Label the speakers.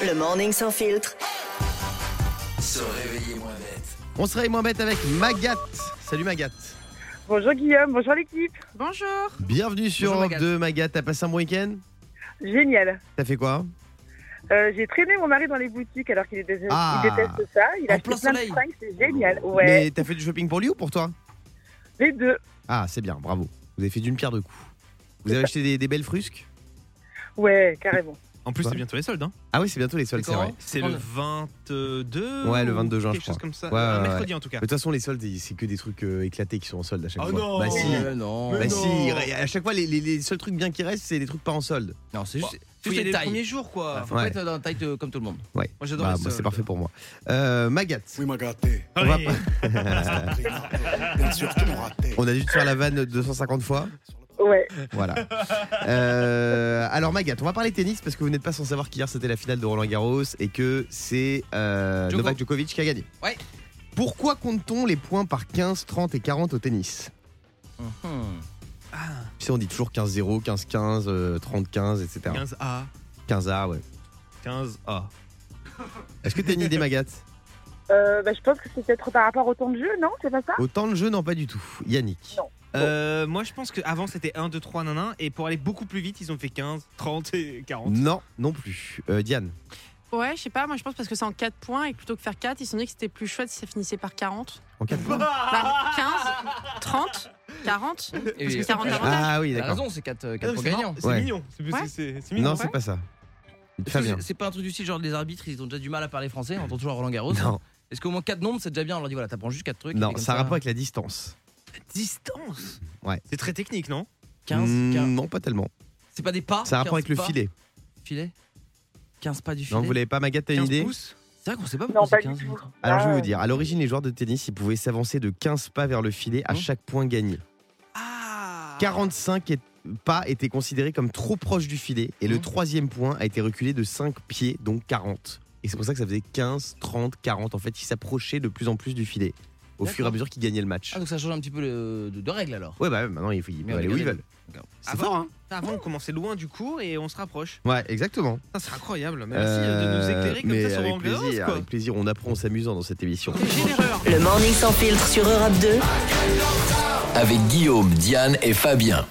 Speaker 1: Le morning sans filtre.
Speaker 2: Se réveiller moins bête.
Speaker 3: On se réveille moins bête avec Magat. Salut Magat.
Speaker 4: Bonjour Guillaume, bonjour l'équipe.
Speaker 5: Bonjour.
Speaker 3: Bienvenue sur
Speaker 5: Bonjour,
Speaker 3: Europe
Speaker 5: Magat.
Speaker 3: 2, Magat. T'as passé un bon week-end
Speaker 4: Génial.
Speaker 3: T'as fait quoi
Speaker 4: Euh, j'ai traîné mon mari dans les boutiques alors qu'il est dés-
Speaker 3: Ah.
Speaker 4: il déteste ça. Il
Speaker 5: En
Speaker 4: a acheté plein
Speaker 5: plein soleil.
Speaker 4: de fringues, c'est génial. Ouais,
Speaker 3: Mais t'as fait du shopping pour lui ou pour toi
Speaker 4: les deux.
Speaker 3: Ah, c'est bien, bravo. Vous avez fait d'une pierre deux coups. Vous avez acheté des, des belles frusques
Speaker 4: Ouais, carrément.
Speaker 6: En plus,
Speaker 3: Quoi
Speaker 6: c'est bientôt les soldes. Hein.
Speaker 3: Ah oui, c'est bientôt les soldes, c'est
Speaker 5: quand
Speaker 3: vrai.
Speaker 6: C'est le 22.
Speaker 3: Ouais, le 22 juin,
Speaker 6: Quelque
Speaker 3: je
Speaker 6: chose
Speaker 3: crois.
Speaker 6: comme ça.
Speaker 3: Ouais,
Speaker 6: un
Speaker 3: ouais,
Speaker 6: mercredi en tout cas.
Speaker 3: Mais de toute façon, les soldes, c'est que des trucs euh, éclatés qui sont en solde à chaque
Speaker 6: Oh
Speaker 3: fois.
Speaker 6: non
Speaker 3: bah si.
Speaker 6: Mais
Speaker 7: non.
Speaker 3: Bah
Speaker 6: non.
Speaker 3: si, à chaque fois, les, les- les seuls trucs bien qui restent, c'est les trucs pas en solde.
Speaker 7: Non, c'est juste.
Speaker 6: C'est
Speaker 7: Fouiller les
Speaker 6: les
Speaker 7: tailles.
Speaker 6: premiers jours quoi.
Speaker 7: Ah, faut
Speaker 3: Ouais.
Speaker 7: pas être dans la taille de- comme tout le monde.
Speaker 3: Ouais.
Speaker 6: Moi j'adore
Speaker 3: Bah,
Speaker 6: les
Speaker 3: moi, c'est
Speaker 6: soldes.
Speaker 3: parfait pour moi. Euh, Magat.
Speaker 2: Oui, m'a gâté.
Speaker 3: On, va
Speaker 6: Oui.
Speaker 3: pas-
Speaker 2: Bien sûr, tu m'as raté.
Speaker 3: on a dû te faire la vanne 250 fois.
Speaker 4: Ouais.
Speaker 3: Voilà. Euh, alors Magat, on va parler tennis parce que vous n'êtes pas sans savoir qu'hier c'était la finale de Roland Garros et que c'est euh,
Speaker 7: Djoko.
Speaker 3: Novak Djokovic qui a gagné.
Speaker 7: Ouais.
Speaker 3: Pourquoi compte-t-on les points par 15, 30 et 40 au tennis
Speaker 7: Mhm.
Speaker 3: Si on dit toujours 15-0, 15-15, euh, 30-15, etc.
Speaker 6: 15A.
Speaker 3: 15A, ouais.
Speaker 6: 15A.
Speaker 3: Est-ce que t'as une idée Magat
Speaker 4: Euh, bah, je pense que c'est peut-être par rapport au temps de jeu, non C'est pas ça
Speaker 3: Autant de jeux, non pas du tout. Yannick.
Speaker 6: Euh, moi je pense qu'avant c'était 1, 2, 3, nanan. Et pour aller beaucoup plus vite, ils ont fait 15, 30 et 40.
Speaker 3: Non, non plus. Euh, Diane.
Speaker 5: Ouais, je sais pas, moi je pense parce que c'est en 4 points et que plutôt que faire 4, ils se sont dit que c'était plus chouette si ça finissait par 40.
Speaker 3: En 4 points.
Speaker 7: Ah,
Speaker 6: Ah
Speaker 5: Bah, 15, 30, 40.
Speaker 7: Et oui,
Speaker 5: que 40
Speaker 7: t'as
Speaker 5: avantages.
Speaker 3: Ah oui, d'accord.
Speaker 7: raison, c'est 4
Speaker 6: Ah, non,
Speaker 7: points
Speaker 6: c'est marrant,
Speaker 7: gagnants.
Speaker 6: c'est
Speaker 3: Ouais.
Speaker 6: mignon. C'est parce que
Speaker 5: Ouais.
Speaker 6: c'est- c'est mignon.
Speaker 3: Non, c'est pas ça.
Speaker 7: Est-ce
Speaker 3: Très
Speaker 7: que
Speaker 3: bien.
Speaker 7: c'est- C'est pas un truc du style, genre les arbitres, ils ont déjà du mal à parler français, on entend toujours Roland Garros.
Speaker 3: Non,
Speaker 7: Est-ce qu'au moins 4 nombres, c'est déjà bien On leur dit voilà, t'apprends juste 4 trucs. et
Speaker 3: non,
Speaker 7: comme
Speaker 3: ça a rapport avec la distance.
Speaker 6: Distance
Speaker 3: Ouais.
Speaker 6: C'est très technique, non
Speaker 7: 15,
Speaker 3: Mm,
Speaker 7: 15.
Speaker 3: Non, pas tellement.
Speaker 7: C'est pas des pas
Speaker 3: Ça a rapport
Speaker 7: 15
Speaker 3: avec le
Speaker 7: Oh, pas
Speaker 3: filet.
Speaker 7: Filet 15 pas du filet.
Speaker 3: Non, vous l'avez pas, Magat, t'as une
Speaker 6: 15
Speaker 3: idée
Speaker 6: pouces
Speaker 7: C'est vrai qu'on sait pas pourquoi
Speaker 4: Non,
Speaker 7: c'est
Speaker 4: pas
Speaker 7: 15.
Speaker 4: du tout.
Speaker 3: Alors, je vais
Speaker 4: Ah,
Speaker 3: vous dire, à l'origine, les joueurs de tennis, ils pouvaient s'avancer de 15 pas vers le filet à
Speaker 7: Mmh.
Speaker 3: chaque point gagné.
Speaker 6: Ah
Speaker 3: 45 et- pas étaient considérés comme trop proches du filet et le
Speaker 7: Mmh.
Speaker 3: troisième point a été reculé de 5 pieds, donc 40. Et c'est pour ça que ça faisait 15, 30, 40. En fait, ils s'approchaient de plus en plus du filet au fur et à
Speaker 7: D'accord.
Speaker 3: mesure qu'ils gagnaient le match.
Speaker 7: Ah, donc ça change un petit peu le- de, de règle alors.
Speaker 3: Ouais, bah maintenant, ils ils
Speaker 7: Mais
Speaker 3: peuvent
Speaker 7: on est
Speaker 3: aller où ils
Speaker 7: gagné.
Speaker 3: veulent.
Speaker 7: D'accord.
Speaker 3: C'est fort, hein
Speaker 6: Avant on commençait loin du cours et on se rapproche.
Speaker 3: Ouais, exactement.
Speaker 6: Ça, C'est incroyable. Merci de nous
Speaker 3: Euh,
Speaker 6: éclairer comme
Speaker 3: mais
Speaker 6: ça sur
Speaker 3: avec
Speaker 6: Roland Garros,
Speaker 3: plaisir,
Speaker 6: quoi.
Speaker 3: avec plaisir, on apprend en s'amusant dans cette émission.
Speaker 5: C'est généreux.
Speaker 1: Le morning sans filtre sur Europe 2.
Speaker 2: Avec Guillaume, Diane et Fabien.